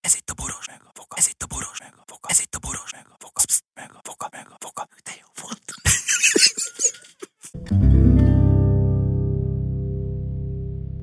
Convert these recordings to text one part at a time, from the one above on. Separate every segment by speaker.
Speaker 1: Ez itt a boros meg a foka. Ez itt a boros meg a foka. Ez itt a boros meg a foka. Pszt, meg a foka, meg a foka. De jó volt.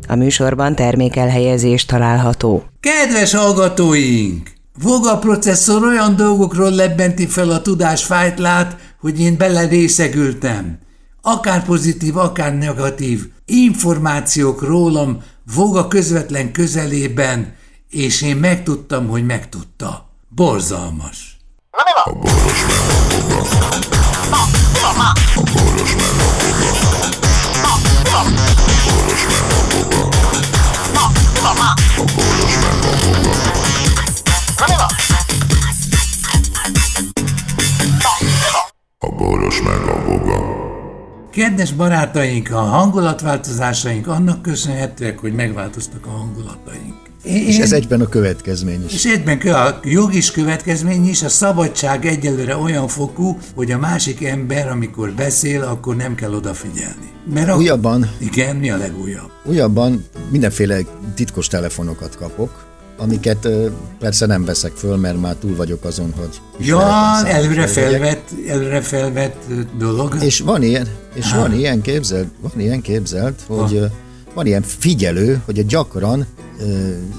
Speaker 2: A műsorban termékelhelyezés található.
Speaker 3: Kedves hallgatóink! Voga processzor olyan dolgokról lebbenti fel a tudás fájtlát, hogy én belerészegültem. Akár pozitív, akár negatív információk rólam Voga közvetlen közelében, és én megtudtam, hogy megtudta. Borzalmas.
Speaker 4: Na mi van? A boros
Speaker 5: A boros meg a boga.
Speaker 3: Kedves barátaink, a hangulatváltozásaink annak köszönhetőek, hogy megváltoztak a hangulataink.
Speaker 6: És ez egyben a következmény is.
Speaker 3: És egyben kö- a jogis következmény is, a szabadság egyelőre olyan fokú, hogy a másik ember, amikor beszél, akkor nem kell odafigyelni. Mert ak-
Speaker 6: Újabban,
Speaker 3: Igen, mi a legújabb?
Speaker 6: újabban mindenféle titkos telefonokat kapok, amiket ö, persze nem veszek föl, mert már túl vagyok azon, hogy...
Speaker 3: Ja,
Speaker 6: ismeretlen
Speaker 3: előre
Speaker 6: számot fölvegyek.
Speaker 3: felvett, előre felvett ö, dolog.
Speaker 6: És van ilyen, és van ilyen képzelt, van ilyen képzelt, hogy ö, van ilyen figyelő, hogy gyakran ö,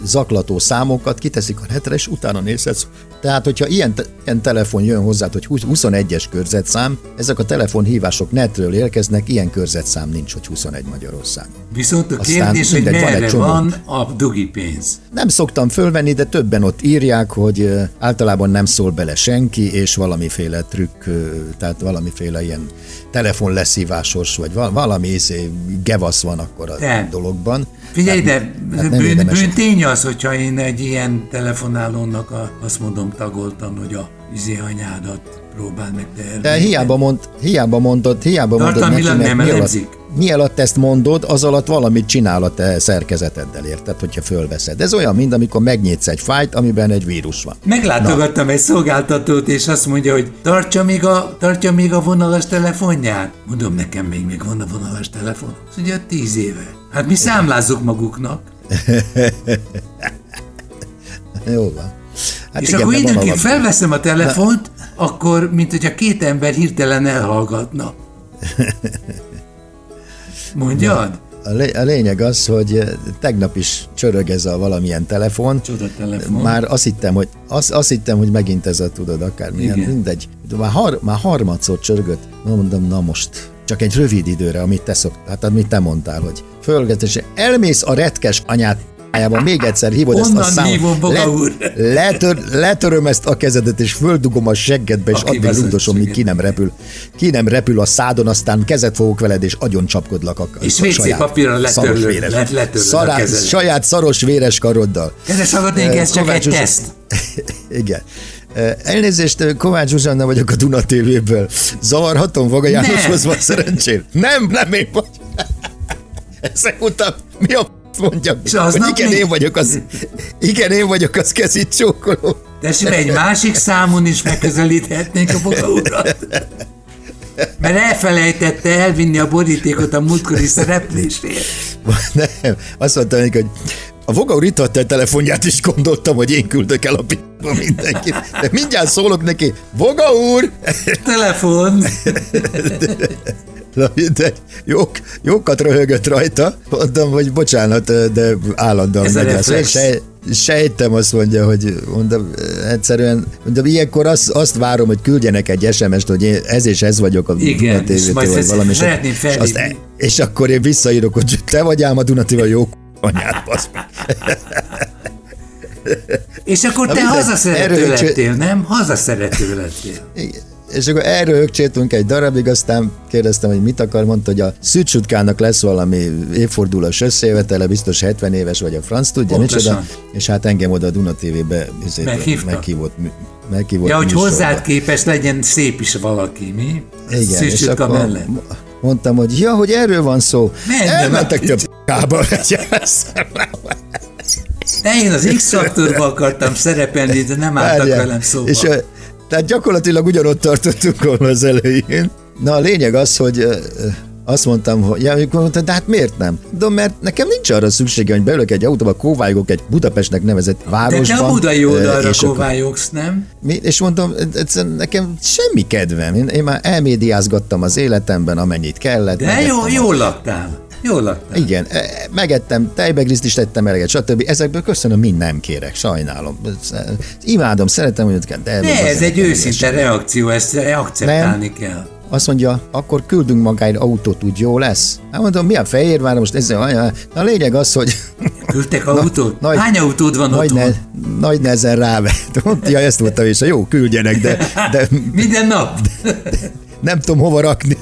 Speaker 6: zaklató számokat kiteszik a netre, és utána nézhetsz. Tehát, hogyha ilyen, te, ilyen telefon jön hozzád, hogy 20 21-es körzetszám, ezek a telefonhívások netről érkeznek, ilyen körzetszám nincs, hogy 21 Magyarország.
Speaker 3: Viszont a
Speaker 6: aztán
Speaker 3: kérdés, hogy
Speaker 6: mindegy, van egy
Speaker 3: merre
Speaker 6: csomó.
Speaker 3: van a dugi pénz.
Speaker 6: Nem szoktam fölvenni, de többen ott írják, hogy ö, általában nem szól bele senki, és valamiféle trükk, ö, tehát valamiféle ilyen telefonleszívásos, vagy val- valami izé, gevasz van akkor a
Speaker 3: Te.
Speaker 6: dologban.
Speaker 3: Figyelj,
Speaker 6: Tehát-
Speaker 3: de
Speaker 6: tehát Hát nem
Speaker 3: bűn,
Speaker 6: érdemes.
Speaker 3: bűntény az, hogyha én egy ilyen telefonálónak a, azt mondom tagoltan, hogy a izé anyádat próbál meg termelni.
Speaker 6: De hiába, mond, hiába mondod, hiába mondod neki,
Speaker 3: Tartalmilag
Speaker 6: mert
Speaker 3: nem
Speaker 6: mi alatt,
Speaker 3: elemzik.
Speaker 6: mi alatt ezt mondod, az alatt valamit csinál a te szerkezeteddel, érted, hogyha fölveszed. Ez olyan, mint amikor megnyitsz egy fájt, amiben egy vírus van.
Speaker 3: Meglátogattam egy szolgáltatót, és azt mondja, hogy tartsa még a, tartja még a vonalas telefonját. Mondom, nekem még, még van a vonalas telefon. Azt mondja, tíz éve. Hát mi számlázzuk maguknak.
Speaker 6: Hát Jó van. Hát
Speaker 3: és
Speaker 6: igen,
Speaker 3: akkor
Speaker 6: de van
Speaker 3: időnként
Speaker 6: alap-
Speaker 3: felveszem a telefont, akkor, mint hogyha két ember hirtelen elhallgatna. Mondjad?
Speaker 6: A, lé- a lényeg az, hogy eh, tegnap is csörög ez a valamilyen telefon.
Speaker 3: Csoda telefon.
Speaker 6: Már azt hittem, hogy, azt, azt hittem, hogy megint ez a tudod, akármilyen,
Speaker 3: Igen.
Speaker 6: Igen. mindegy. De már, har, már harmadszor csörgött. Na, mondom, na most, csak egy rövid időre, amit te szok, hát amit te mondtál, hogy fölgetsz, és elmész a retkes anyát ájába, még egyszer hívod ezt a
Speaker 3: Onnan
Speaker 6: számot.
Speaker 3: hívom, Boga úr.
Speaker 6: letör, letöröm ezt a kezedet, és földugom a seggedbe, és
Speaker 3: Aki
Speaker 6: addig
Speaker 3: veszettséget.
Speaker 6: rugdosom, míg ki nem repül. Ki nem repül a szádon, aztán kezet fogok veled, és agyon csapkodlak a
Speaker 3: És
Speaker 6: a
Speaker 3: WC
Speaker 6: saját
Speaker 3: papírral letörlöd,
Speaker 6: szaros véres-
Speaker 3: le- letörlöd a
Speaker 6: szará-
Speaker 3: kezedet.
Speaker 6: Saját szaros véres karoddal.
Speaker 3: Kedves hallgatóink,
Speaker 6: Eh,
Speaker 3: ez csak egy
Speaker 6: Kovács Zsuzsa-
Speaker 3: teszt.
Speaker 6: Igen. Eh, Elnézést, eh, Kovács Zsuzsanna vagyok a Duna TV-ből. Zavarhatom Vaga Jánoshoz van szerencsém? Nem, nem én vagy. Ezek után mi a p- mondjam?
Speaker 3: És aznap
Speaker 6: Hogy igen,
Speaker 3: még-
Speaker 6: én vagyok az, igen, én vagyok az kezit csókoló.
Speaker 3: Tessék, egy másik számon is megközelíthetnénk a Boga urat. Mert elfelejtette elvinni a borítékot a múltkori szereplésért.
Speaker 6: Nem, azt mondtam neki, hogy a Voga úr itt hagyta a telefonját, és gondoltam, hogy én küldök el a p***ba mindenkit. De mindjárt szólok neki, Voga úr!
Speaker 3: Telefon.
Speaker 6: Na mindegy, jók, jókat röhögött rajta, mondtam, hogy bocsánat, de állandóan
Speaker 3: Ez a
Speaker 6: megy az.
Speaker 3: reflex.
Speaker 6: Sej, sejtem azt mondja, hogy mondom, egyszerűen, mondom, ilyenkor azt, azt várom, hogy küldjenek egy SMS-t, hogy én ez és ez vagyok a
Speaker 3: Igen,
Speaker 6: Duna
Speaker 3: és majd
Speaker 6: TV-től, vagy
Speaker 3: ezt
Speaker 6: valami. és-
Speaker 3: szeretném
Speaker 6: és azt- e-
Speaker 3: felhívni.
Speaker 6: És akkor én visszaírok, hogy te vagy ám a Dunativa jó anyád, basz meg.
Speaker 3: És akkor te
Speaker 6: mindegy,
Speaker 3: hazaszerető
Speaker 6: erről is-
Speaker 3: lettél, nem? Hazaszerető lettél.
Speaker 6: Igen. És akkor erről högcsétünk egy darabig, aztán kérdeztem, hogy mit akar, mondta, hogy a szűcsutkának lesz valami évfordulós összejövetele, biztos 70 éves vagy a franc, tudja,
Speaker 3: Pontosan.
Speaker 6: micsoda. És hát engem oda a Duna TV-be izét-
Speaker 3: Meghívta.
Speaker 6: meghívott, mű- meghívott
Speaker 3: Ja, hogy
Speaker 6: műsorba.
Speaker 3: hozzád képes legyen szép is valaki, mi?
Speaker 6: Igen, és
Speaker 3: Szűcsütka
Speaker 6: akkor
Speaker 3: mellett.
Speaker 6: mondtam, hogy ja, hogy erről van szó.
Speaker 3: Menj, de
Speaker 6: Elmentek
Speaker 3: már-
Speaker 6: több kába.
Speaker 3: De én az X-faktorba akartam szerepelni, de nem álltak velem szóba.
Speaker 6: És, ö, tehát gyakorlatilag ugyanott tartottunk volna az elején. Na a lényeg az, hogy ö, ö, Azt mondtam, hogy ja, akkor mondta, de hát miért nem? De mert nekem nincs arra szüksége, hogy belök egy autóba, kóvályogok egy Budapestnek nevezett
Speaker 3: De
Speaker 6: városban.
Speaker 3: te a budai
Speaker 6: eh,
Speaker 3: oldalra
Speaker 6: és akkor-
Speaker 3: kovályogsz, nem?
Speaker 6: mi- és mondom, egyszerűen nekem semmi kedvem. Én, én már elmédiázgattam az életemben, amennyit kellett.
Speaker 3: De
Speaker 6: megettem
Speaker 3: jó,
Speaker 6: a-
Speaker 3: jól laktál. Jól laktál.
Speaker 6: Igen, e, megettem, tejbegriszt is tettem eleget, stb. Ezekből köszönöm, mind nem kérek, sajnálom. Ez- e, Imádom, szeretem, hogy őket de
Speaker 3: De ez egy
Speaker 6: az-
Speaker 3: őszinte reakció, ezt akceptálni kell.
Speaker 6: Azt mondja, akkor küldünk magáért autót, úgy jó lesz? Hát mondom, mi a Fehérvár most ezzel? anya? Na a lényeg az, hogy
Speaker 3: Küldtek autót?
Speaker 6: nagy-
Speaker 3: Hány autód van
Speaker 6: nagy,
Speaker 3: otthon?
Speaker 6: ne, nagy nehezen rávett. Mondta, ja, ezt mondtam, és jó, küldjenek, de, de
Speaker 3: Minden nap.
Speaker 6: nem tudom hova rakni.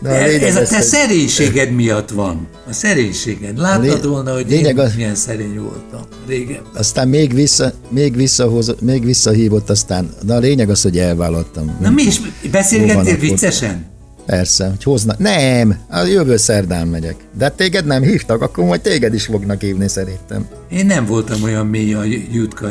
Speaker 6: Na, a
Speaker 3: Ez,
Speaker 6: lényeg
Speaker 3: ez a
Speaker 6: az,
Speaker 3: te
Speaker 6: hogy-
Speaker 3: szerénységed miatt van. A szerénységed.
Speaker 6: A
Speaker 3: Láttad
Speaker 6: lé-
Speaker 3: volna, hogy
Speaker 6: lényeg
Speaker 3: én
Speaker 6: az-
Speaker 3: milyen szerény voltam régen.
Speaker 6: aztán még, vissza, még, visszahoz, még visszahívott, aztán, de a lényeg az, hogy elvállaltam.
Speaker 3: Na mi is
Speaker 6: Hol van
Speaker 3: beszélgettél
Speaker 6: akkor?
Speaker 3: viccesen?
Speaker 6: Persze, hogy hoznak. Nem, a jövő szerdán megyek. De hát téged nem hívtak, akkor majd téged is fognak hívni szerintem.
Speaker 3: Én nem voltam olyan mély a Jutka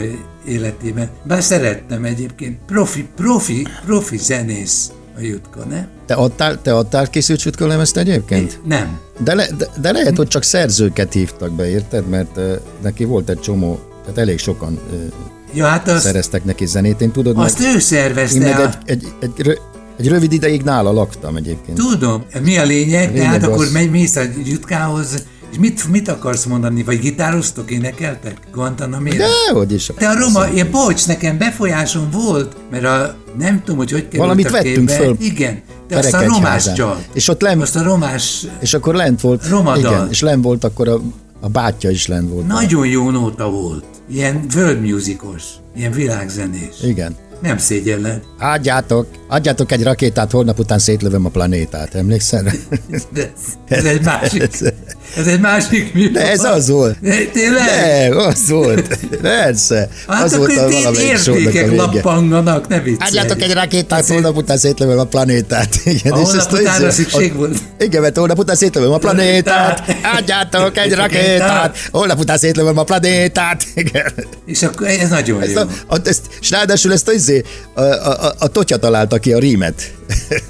Speaker 3: életében, bár szerettem egyébként. Profi, profi, profi zenész a Jutka, ne?
Speaker 6: Te adtál, te adtál készült sütkőlemezt egyébként?
Speaker 3: Nem.
Speaker 6: De, le, de, de lehet, hogy csak szerzőket hívtak be, érted? Mert uh, neki volt egy csomó, tehát elég sokan uh,
Speaker 3: Ja, hát azt,
Speaker 6: szereztek neki zenét. Én tudod,
Speaker 3: azt
Speaker 6: meg,
Speaker 3: ő
Speaker 6: én
Speaker 3: szervezte.
Speaker 6: meg
Speaker 3: A,
Speaker 6: egy, egy, egy, rö, egy rövid ideig nála laktam egyébként.
Speaker 3: tudom, mi a lényeg, de hát
Speaker 6: lényeg
Speaker 3: akkor
Speaker 6: az-
Speaker 3: megy, mész a Jutkához, és mit, mit akarsz mondani? Vagy gitároztok, énekeltek? Guantanamera?
Speaker 6: Dehogy is.
Speaker 3: De a roma, én bocs, nekem befolyásom volt, mert a, nem tudom, hogy hogy került
Speaker 6: Valamit
Speaker 3: a
Speaker 6: vettünk
Speaker 3: képbe.
Speaker 6: föl
Speaker 3: Igen, de azt a romás
Speaker 6: Perekegyházán.
Speaker 3: csal.
Speaker 6: És ott lem-
Speaker 3: Azt a romás
Speaker 6: És akkor lent volt.
Speaker 3: Romadal.
Speaker 6: Igen, és lent volt akkor a, a bátyja is lent volt.
Speaker 3: Nagyon jó nóta volt. Ilyen földmusicos, ilyen világzenés.
Speaker 6: Igen.
Speaker 3: Nem szégyelled.
Speaker 6: Adjátok, adjátok egy rakétát, holnap után szétlövöm a planétát, emlékszel? rá?
Speaker 3: De ez egy másik, ez egy másik műfaj.
Speaker 6: De ez az volt.
Speaker 3: De Tényleg?
Speaker 6: Nem, az volt. Persze.
Speaker 3: Hát
Speaker 6: az
Speaker 3: akkor
Speaker 6: volt a
Speaker 3: itt ilyen
Speaker 6: valamelyik sornak a
Speaker 3: értékek
Speaker 6: vége.
Speaker 3: lappanganak, ne viccelj.
Speaker 6: Adjátok egy rakétát,
Speaker 3: Ezért-
Speaker 6: holnap után szétlövöm a planétát. Igen,
Speaker 3: A holnap utánra
Speaker 6: izé-
Speaker 3: szükség
Speaker 6: a-
Speaker 3: volt.
Speaker 6: Igen, mert holnap után szétlövöm a planétát. Adjátok egy rakétát, holnap után szétlövöm a planétát. Igen.
Speaker 3: És akkor ez nagyon
Speaker 6: Ezt
Speaker 3: jó.
Speaker 6: a, a, ezt, és ráadásul ezt a, izé- a, a, a, a totya találta ki a rímet.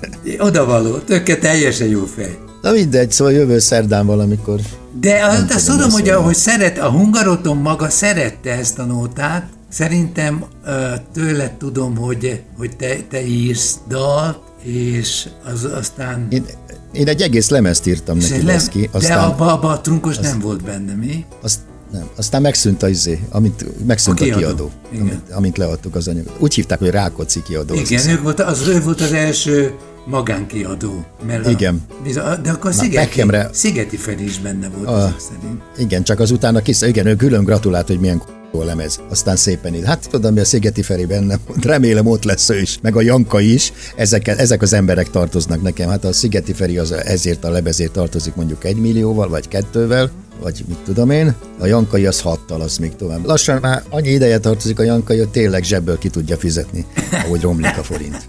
Speaker 3: Odavaló, tökke teljesen jó fej.
Speaker 6: Na mindegy, szóval jövő szerdán valamikor.
Speaker 3: De azt, azt
Speaker 6: tudom,
Speaker 3: tudom,
Speaker 6: mi
Speaker 3: hogy
Speaker 6: szóval.
Speaker 3: ahogy szeret, a hungaroton maga szerette ezt a nótát, szerintem ö, tőled tudom, hogy, hogy te, te írsz dalt, és az aztán...
Speaker 6: Én, én egy egész lemezt írtam
Speaker 3: és
Speaker 6: neki,
Speaker 3: nem-
Speaker 6: nem, ki,
Speaker 3: de
Speaker 6: aztán,
Speaker 3: abba, abba a trunkos nem volt benne, mi?
Speaker 6: azt, nem, aztán megszűnt a izé, amint megszűnt
Speaker 3: A
Speaker 6: a,
Speaker 3: kiadó.
Speaker 6: kiadó,
Speaker 3: Igen.
Speaker 6: amint, amint leadtuk az anyagot. Úgy hívták, hogy Rákóczi kiadó. azt
Speaker 3: Igen,
Speaker 6: hiszem.
Speaker 3: ők volt, az ő volt az első magánkiadó. Mert
Speaker 6: Igen.
Speaker 3: A, bizo- a- de akkor a Szigeti,
Speaker 6: Beckhamre-
Speaker 3: Szigeti Feri is benne volt a, ezek szerint.
Speaker 6: igen, csak az utána kis, igen, ő külön gratulált, hogy milyen k***ó lemez. Aztán szépen így. Hát tudom, mi a Szigeti Feri benne volt. Remélem ott lesz ő is, meg a Janka is. Ezek, ezek az emberek tartoznak nekem. Hát a Szigeti Feri az ezért a lebezért tartozik mondjuk egy millióval, vagy kettővel, vagy mit tudom én. A Jankai az hattal, az még tovább. Lassan már annyi ideje tartozik a Jankai, hogy tényleg zsebből ki tudja fizetni, ahogy romlik a forint.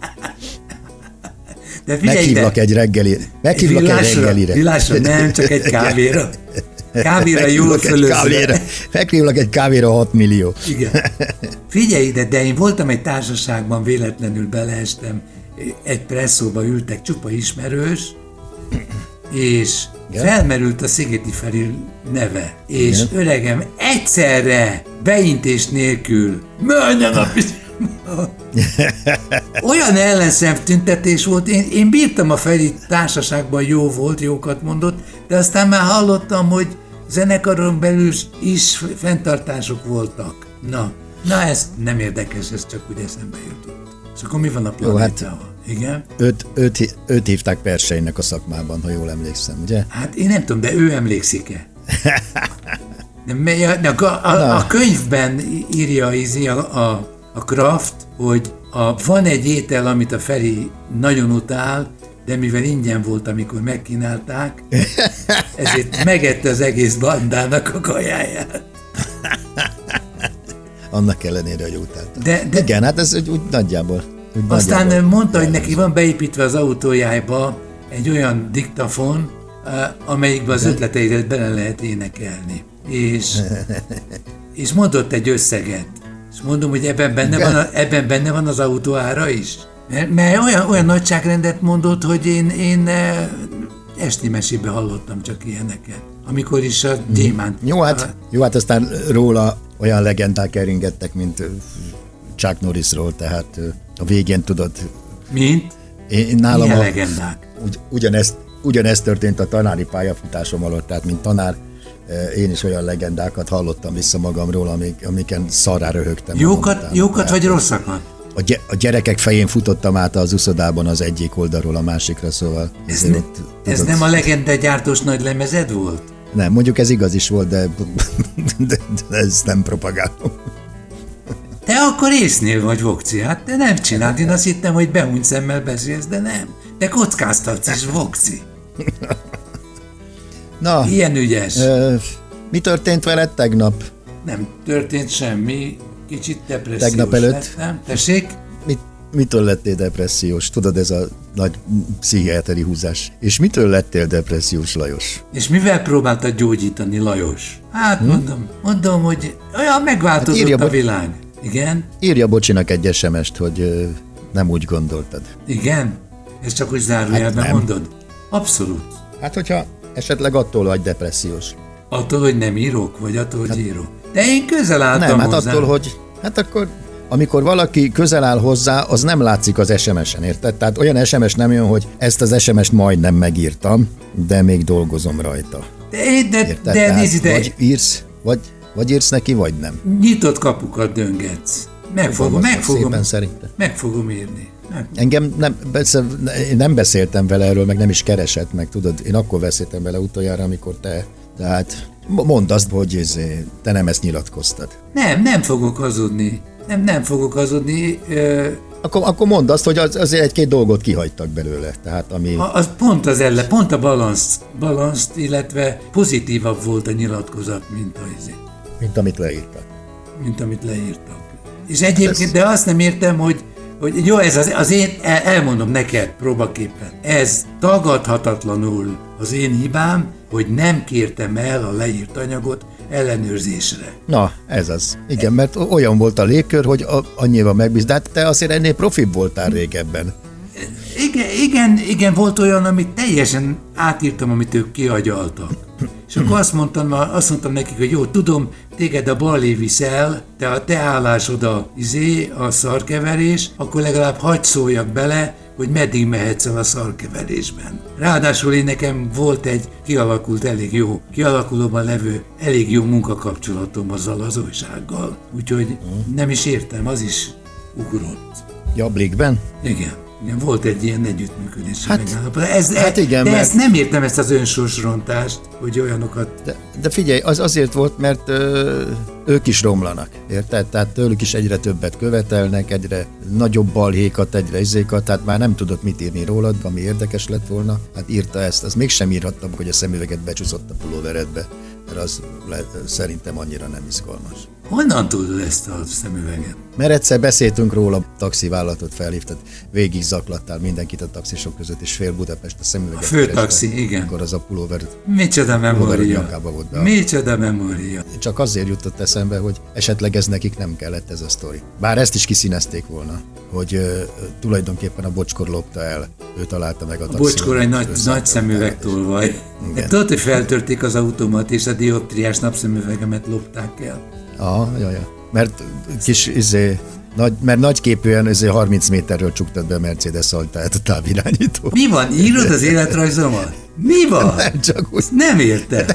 Speaker 3: De figyelj ide,
Speaker 6: Meghívlak egy reggeli, meghívlak egy
Speaker 3: villásra,
Speaker 6: reggelire.
Speaker 3: villásra, nem, csak egy kávéra. Kávéra jól
Speaker 6: Meghívlak egy kávéra,
Speaker 3: fölözve.
Speaker 6: meghívlak egy kávéra 6 millió.
Speaker 3: Igen. Figyelj ide, de én voltam egy társaságban, véletlenül beleestem, egy presszóba ültek, csupa ismerős, és
Speaker 6: Igen.
Speaker 3: felmerült a Szigeti Feri neve, és öregem egyszerre, beintés nélkül, menjen a picsába! Olyan ellenszemtüntetés volt, én, én bírtam a Feri társaságban, jó volt, jókat mondott, de aztán már hallottam, hogy zenekaron belül is fenntartások voltak. Na, na ez nem érdekes, ez csak úgy eszembe jutott. És akkor mi van a planétával? Igen?
Speaker 6: Öt, öt, öt hívták perseinek a szakmában, ha jól emlékszem, ugye?
Speaker 3: Hát én nem tudom, de ő emlékszik-e? De mely- A, a, a, a könyvben írja izi a, a, a Kraft, hogy a, van egy étel, amit a Feri nagyon utál, de mivel ingyen volt, amikor megkínálták, ezért megette az egész bandának a kajáját.
Speaker 6: Annak ellenére, hogy utálta.
Speaker 3: De, de
Speaker 6: Igen, hát ez úgy, úgy nagyjából. Úgy
Speaker 3: Aztán ő
Speaker 6: nagyjából
Speaker 3: mondta, hogy
Speaker 6: jellemző.
Speaker 3: neki van beépítve az autójába egy olyan diktafon, eh, amelyikbe az ötleteidet bele lehet énekelni. És, és mondott egy összeget. És mondom, hogy ebben benne, van, a, ebben benne van az autó ára is. Mert, mert olyan, olyan nagyságrendet mondott, hogy én, én eh, esti mesébe hallottam csak ilyeneket. Amikor is a gyémánt...
Speaker 6: Jó, hát,
Speaker 3: a-
Speaker 6: jó, hát aztán róla olyan legendák eringettek, mint ö, Chuck Norrisról, tehát ö, a végén tudod,
Speaker 3: Mint?
Speaker 6: én, én nálam
Speaker 3: Milyen
Speaker 6: a,
Speaker 3: legendák?
Speaker 6: ugy, ugyanezt, ugyanezt történt a tanári pályafutásom alatt, tehát mint tanár, ö, én is olyan legendákat hallottam vissza magamról, amik, amiken szarrá röhögtem. magam
Speaker 3: Jókat,
Speaker 6: után.
Speaker 3: jókat vagy rosszakat?
Speaker 6: A, gy- a gyerekek fején futottam át az uszodában az egyik oldalról a másikra, szóval...
Speaker 3: Ez,
Speaker 6: azért
Speaker 3: ne,
Speaker 6: ott,
Speaker 3: ez
Speaker 6: tudod-
Speaker 3: nem a legenda gyártós nagy lemezed volt?
Speaker 6: Nem, mondjuk ez igaz is volt, de, de, de ez nem propagálom.
Speaker 3: Te akkor észnél vagy, Vokci, hát te nem csináld, én azt hittem, hogy behúny szemmel beszélsz, de nem. Te kockáztatsz is, Vokci.
Speaker 6: Na,
Speaker 3: Ilyen ügyes.
Speaker 6: ö, mi történt veled tegnap?
Speaker 3: Nem történt semmi, kicsit depressziós
Speaker 6: Tegnap előtt?
Speaker 3: lettem. Tessék?
Speaker 6: Mit, mitől lettél depressziós? Tudod, ez a nagy pszichiáteri húzás. És mitől lettél depressziós, Lajos?
Speaker 3: És mivel próbáltad gyógyítani, Lajos? Hát mondom, mondom, hogy olyan megváltozott
Speaker 6: Hm? Hát írja,
Speaker 3: a
Speaker 6: bo-
Speaker 3: világ. Igen?
Speaker 6: Írja Bocsinak egy SMS-t, hogy ö, nem úgy gondoltad.
Speaker 3: Igen? Ezt csak úgy zárójelben
Speaker 6: Hát nem.
Speaker 3: mondod? Abszolút.
Speaker 6: Hát, hogyha esetleg attól vagy depressziós.
Speaker 3: Attól, hogy nem írok, vagy attól, hogy írok. De én közel álltam
Speaker 6: Hát Nem, hát
Speaker 3: hozzá.
Speaker 6: attól, hogy... Hát akkor, amikor valaki közel áll hozzá, az nem látszik az SMS-en, érted? Tehát olyan SMS nem jön, hogy ezt az SMS-t majdnem megírtam, de még dolgozom rajta.
Speaker 3: De, de,
Speaker 6: Érted?
Speaker 3: de
Speaker 6: Tehát
Speaker 3: nézd ide,
Speaker 6: Vagy írsz, vagy, vagy írsz neki, vagy nem.
Speaker 3: nyitott kapukat döngetsz. Meg fogom,
Speaker 6: Fogalmazd
Speaker 3: meg fogom,
Speaker 6: szépen szerintem.
Speaker 3: meg fogom írni. Hát, Meg,
Speaker 6: Engem nem, persze, én nem beszéltem vele erről, meg nem is keresett meg, tudod, én akkor beszéltem vele utoljára, amikor te, tehát mo- mondd azt, hogy izé, te nem ezt nyilatkoztad.
Speaker 3: nem, nem fogok hazudni. Nem, nem fogok hazudni. Ö,
Speaker 6: Akkor, akkor mondd azt, hogy az, azért egy-két dolgot kihagytak belőle, tehát ami...
Speaker 3: a- az pont az elle, pont a balanszt, balanszt, illetve pozitívabb volt a nyilatkozat, mint a izé.
Speaker 6: mint amit leírtak.
Speaker 3: mint amit leírtak. És egyébként, de azt nem értem, hogy, hogy jó, ez az, az én, el, elmondom neked próbaképpen, ez tagadhatatlanul az én hibám, hogy nem kértem el a leírt anyagot ellenőrzésre.
Speaker 6: Na, ez az. Igen, mert o- olyan volt a légkör, hogy a, annyival megbíz, de hát te azért ennél profibb voltál régebben.
Speaker 3: Igen, igen, igen, volt olyan, amit teljesen átírtam, amit ők kiagyaltak. És akkor azt mondtam, azt mondtam nekik, hogy jó, tudom, téged a balé viszel, te a te állásod a izé, a szarkeverés, akkor legalább hagyd szóljak bele, hogy meddig mehetsz el a szarkeverésben. Ráadásul én nekem volt egy kialakult elég jó, kialakulóban levő elég jó munkakapcsolatom azzal az újsággal. Úgyhogy nem is értem, az is ugrott.
Speaker 6: Jablikben?
Speaker 3: Igen. Igen, volt egy ilyen együttműködés.
Speaker 6: Hát-
Speaker 3: Hát, ez,
Speaker 6: hát
Speaker 3: e-
Speaker 6: igen,
Speaker 3: de
Speaker 6: mert-
Speaker 3: ezt nem értem, ezt az önsorsrontást, hogy olyanokat...
Speaker 6: De, de figyelj, az azért volt, mert ö, ők is romlanak, érted? Tehát tőlük is egyre többet követelnek, egyre nagyobb balhékat, egyre izékat, tehát már nem tudott mit írni rólad, ami érdekes lett volna. Hát írta ezt, az mégsem írhattam, hogy a szemüveget becsúszott a pulóveredbe, mert az le, szerintem annyira nem izgalmas.
Speaker 3: Honnan tudod ezt a szemüveget?
Speaker 6: Mert egyszer beszéltünk róla, taxivállalatot felhívtad, végig zaklattál mindenkit a taxisok között, és fél Budapest a szemüveget.
Speaker 3: A fő
Speaker 6: keresve,
Speaker 3: taxi, igen.
Speaker 6: Akkor az a pulóveret
Speaker 3: Micsoda memória!
Speaker 6: nyakába volt be.
Speaker 3: Micsoda memória!
Speaker 6: Csak azért jutott eszembe, hogy esetleg ez nekik nem kellett ez a sztori. Bár ezt is kiszínezték volna, hogy ö, tulajdonképpen a bocskor lopta el, ő találta meg a,
Speaker 3: A
Speaker 6: taxi.
Speaker 3: bocskor egy nagy, nagy szemüveg tolvaj. De tudod, hogy feltörték az automat, és a dioptriás napszemüvegemet lopták el?
Speaker 6: Aha, jaj, jaj. Mert kis, izé, nagy, mert nagyképűen izé 30 méterről csuktat be a Mercedes ajtaját a távirányító.
Speaker 3: Mi van? Írod az életrajzomat? Mi van?
Speaker 6: Csak úgy. hát-
Speaker 3: Nem értem.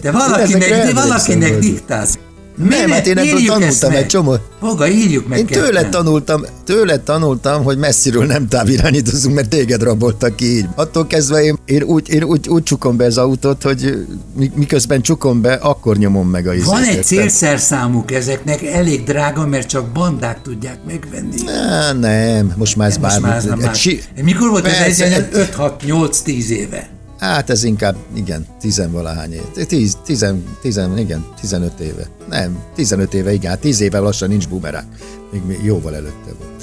Speaker 3: De valakinek, de valakinek diktálsz. Miért-
Speaker 6: hát én ebből
Speaker 3: írjuk
Speaker 6: tanultam
Speaker 3: ezt meg?
Speaker 6: egy csomó-
Speaker 3: Foga, írjuk meg
Speaker 6: Én tőled
Speaker 3: ketten.
Speaker 6: tanultam, tőled tanultam, hogy messziről nem távirányítozunk, mert téged raboltak ki így. Attól kezdve én, én, úgy, én úgy, úgy csukom be az autót, hogy mi- miközben csukom be, akkor nyomom meg a izét.
Speaker 3: Van egy
Speaker 6: érted?
Speaker 3: célszerszámuk ezeknek, elég drága, mert csak bandák tudják megvenni.
Speaker 6: Á, nem, most már ez
Speaker 3: Most már ez
Speaker 6: bármi.
Speaker 3: nem
Speaker 6: Egy
Speaker 3: már.
Speaker 6: si-
Speaker 3: Mikor volt ez
Speaker 6: Persze,
Speaker 3: egy
Speaker 6: egy-
Speaker 3: 5-6-8-10 éve?
Speaker 6: Hát ez inkább, igen, tizenvalahány év. Tíz, tizen, tizen, igen, 15 éve. Nem, 15 éve, igen, hát 10 éve lassan nincs bumerák. Még, még jóval előtte volt.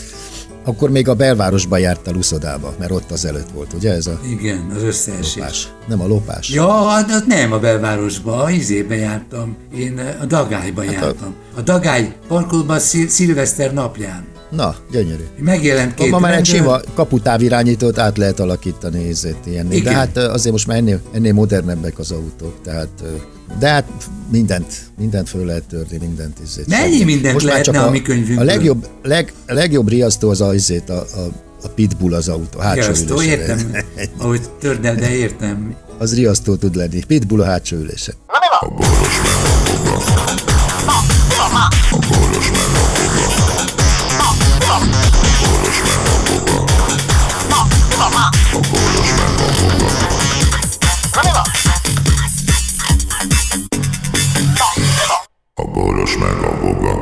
Speaker 6: Akkor még a belvárosba jártál uszodába, mert ott az előtt volt, ugye ez a
Speaker 3: Igen, az összeesés.
Speaker 6: lopás? Nem a lopás.
Speaker 3: Ja, de ott nem a belvárosba, a izébe eh,
Speaker 6: Hát
Speaker 3: jártam. Én a Dagályba jártam. A Dagály parkolóban szil- szilveszter napján.
Speaker 6: Na, gyönyörű.
Speaker 3: Megjelent két
Speaker 6: Ma már egy
Speaker 3: rendőr.
Speaker 6: sima kaputávirányítót át lehet alakítani ezért ilyen. De
Speaker 3: Igen.
Speaker 6: hát ö, azért most már ennél, ennél modernebbek az autók, tehát ö, de hát mindent, mindent föl lehet törni, mindent izét.
Speaker 3: Mennyi
Speaker 6: szabni.
Speaker 3: mindent
Speaker 6: Most már
Speaker 3: lehetne
Speaker 6: csak
Speaker 3: a mi könyvünkből?
Speaker 6: A legjobb, leg, a legjobb riasztó az a, izét, a, a, a pitbull az autó, hátsó
Speaker 3: Riasztó,
Speaker 6: ülésen.
Speaker 3: értem, ahogy törnel, de értem.
Speaker 6: Az riasztó tud lenni. Pitbull a hátsó ülésen.
Speaker 5: A boros meg a boga.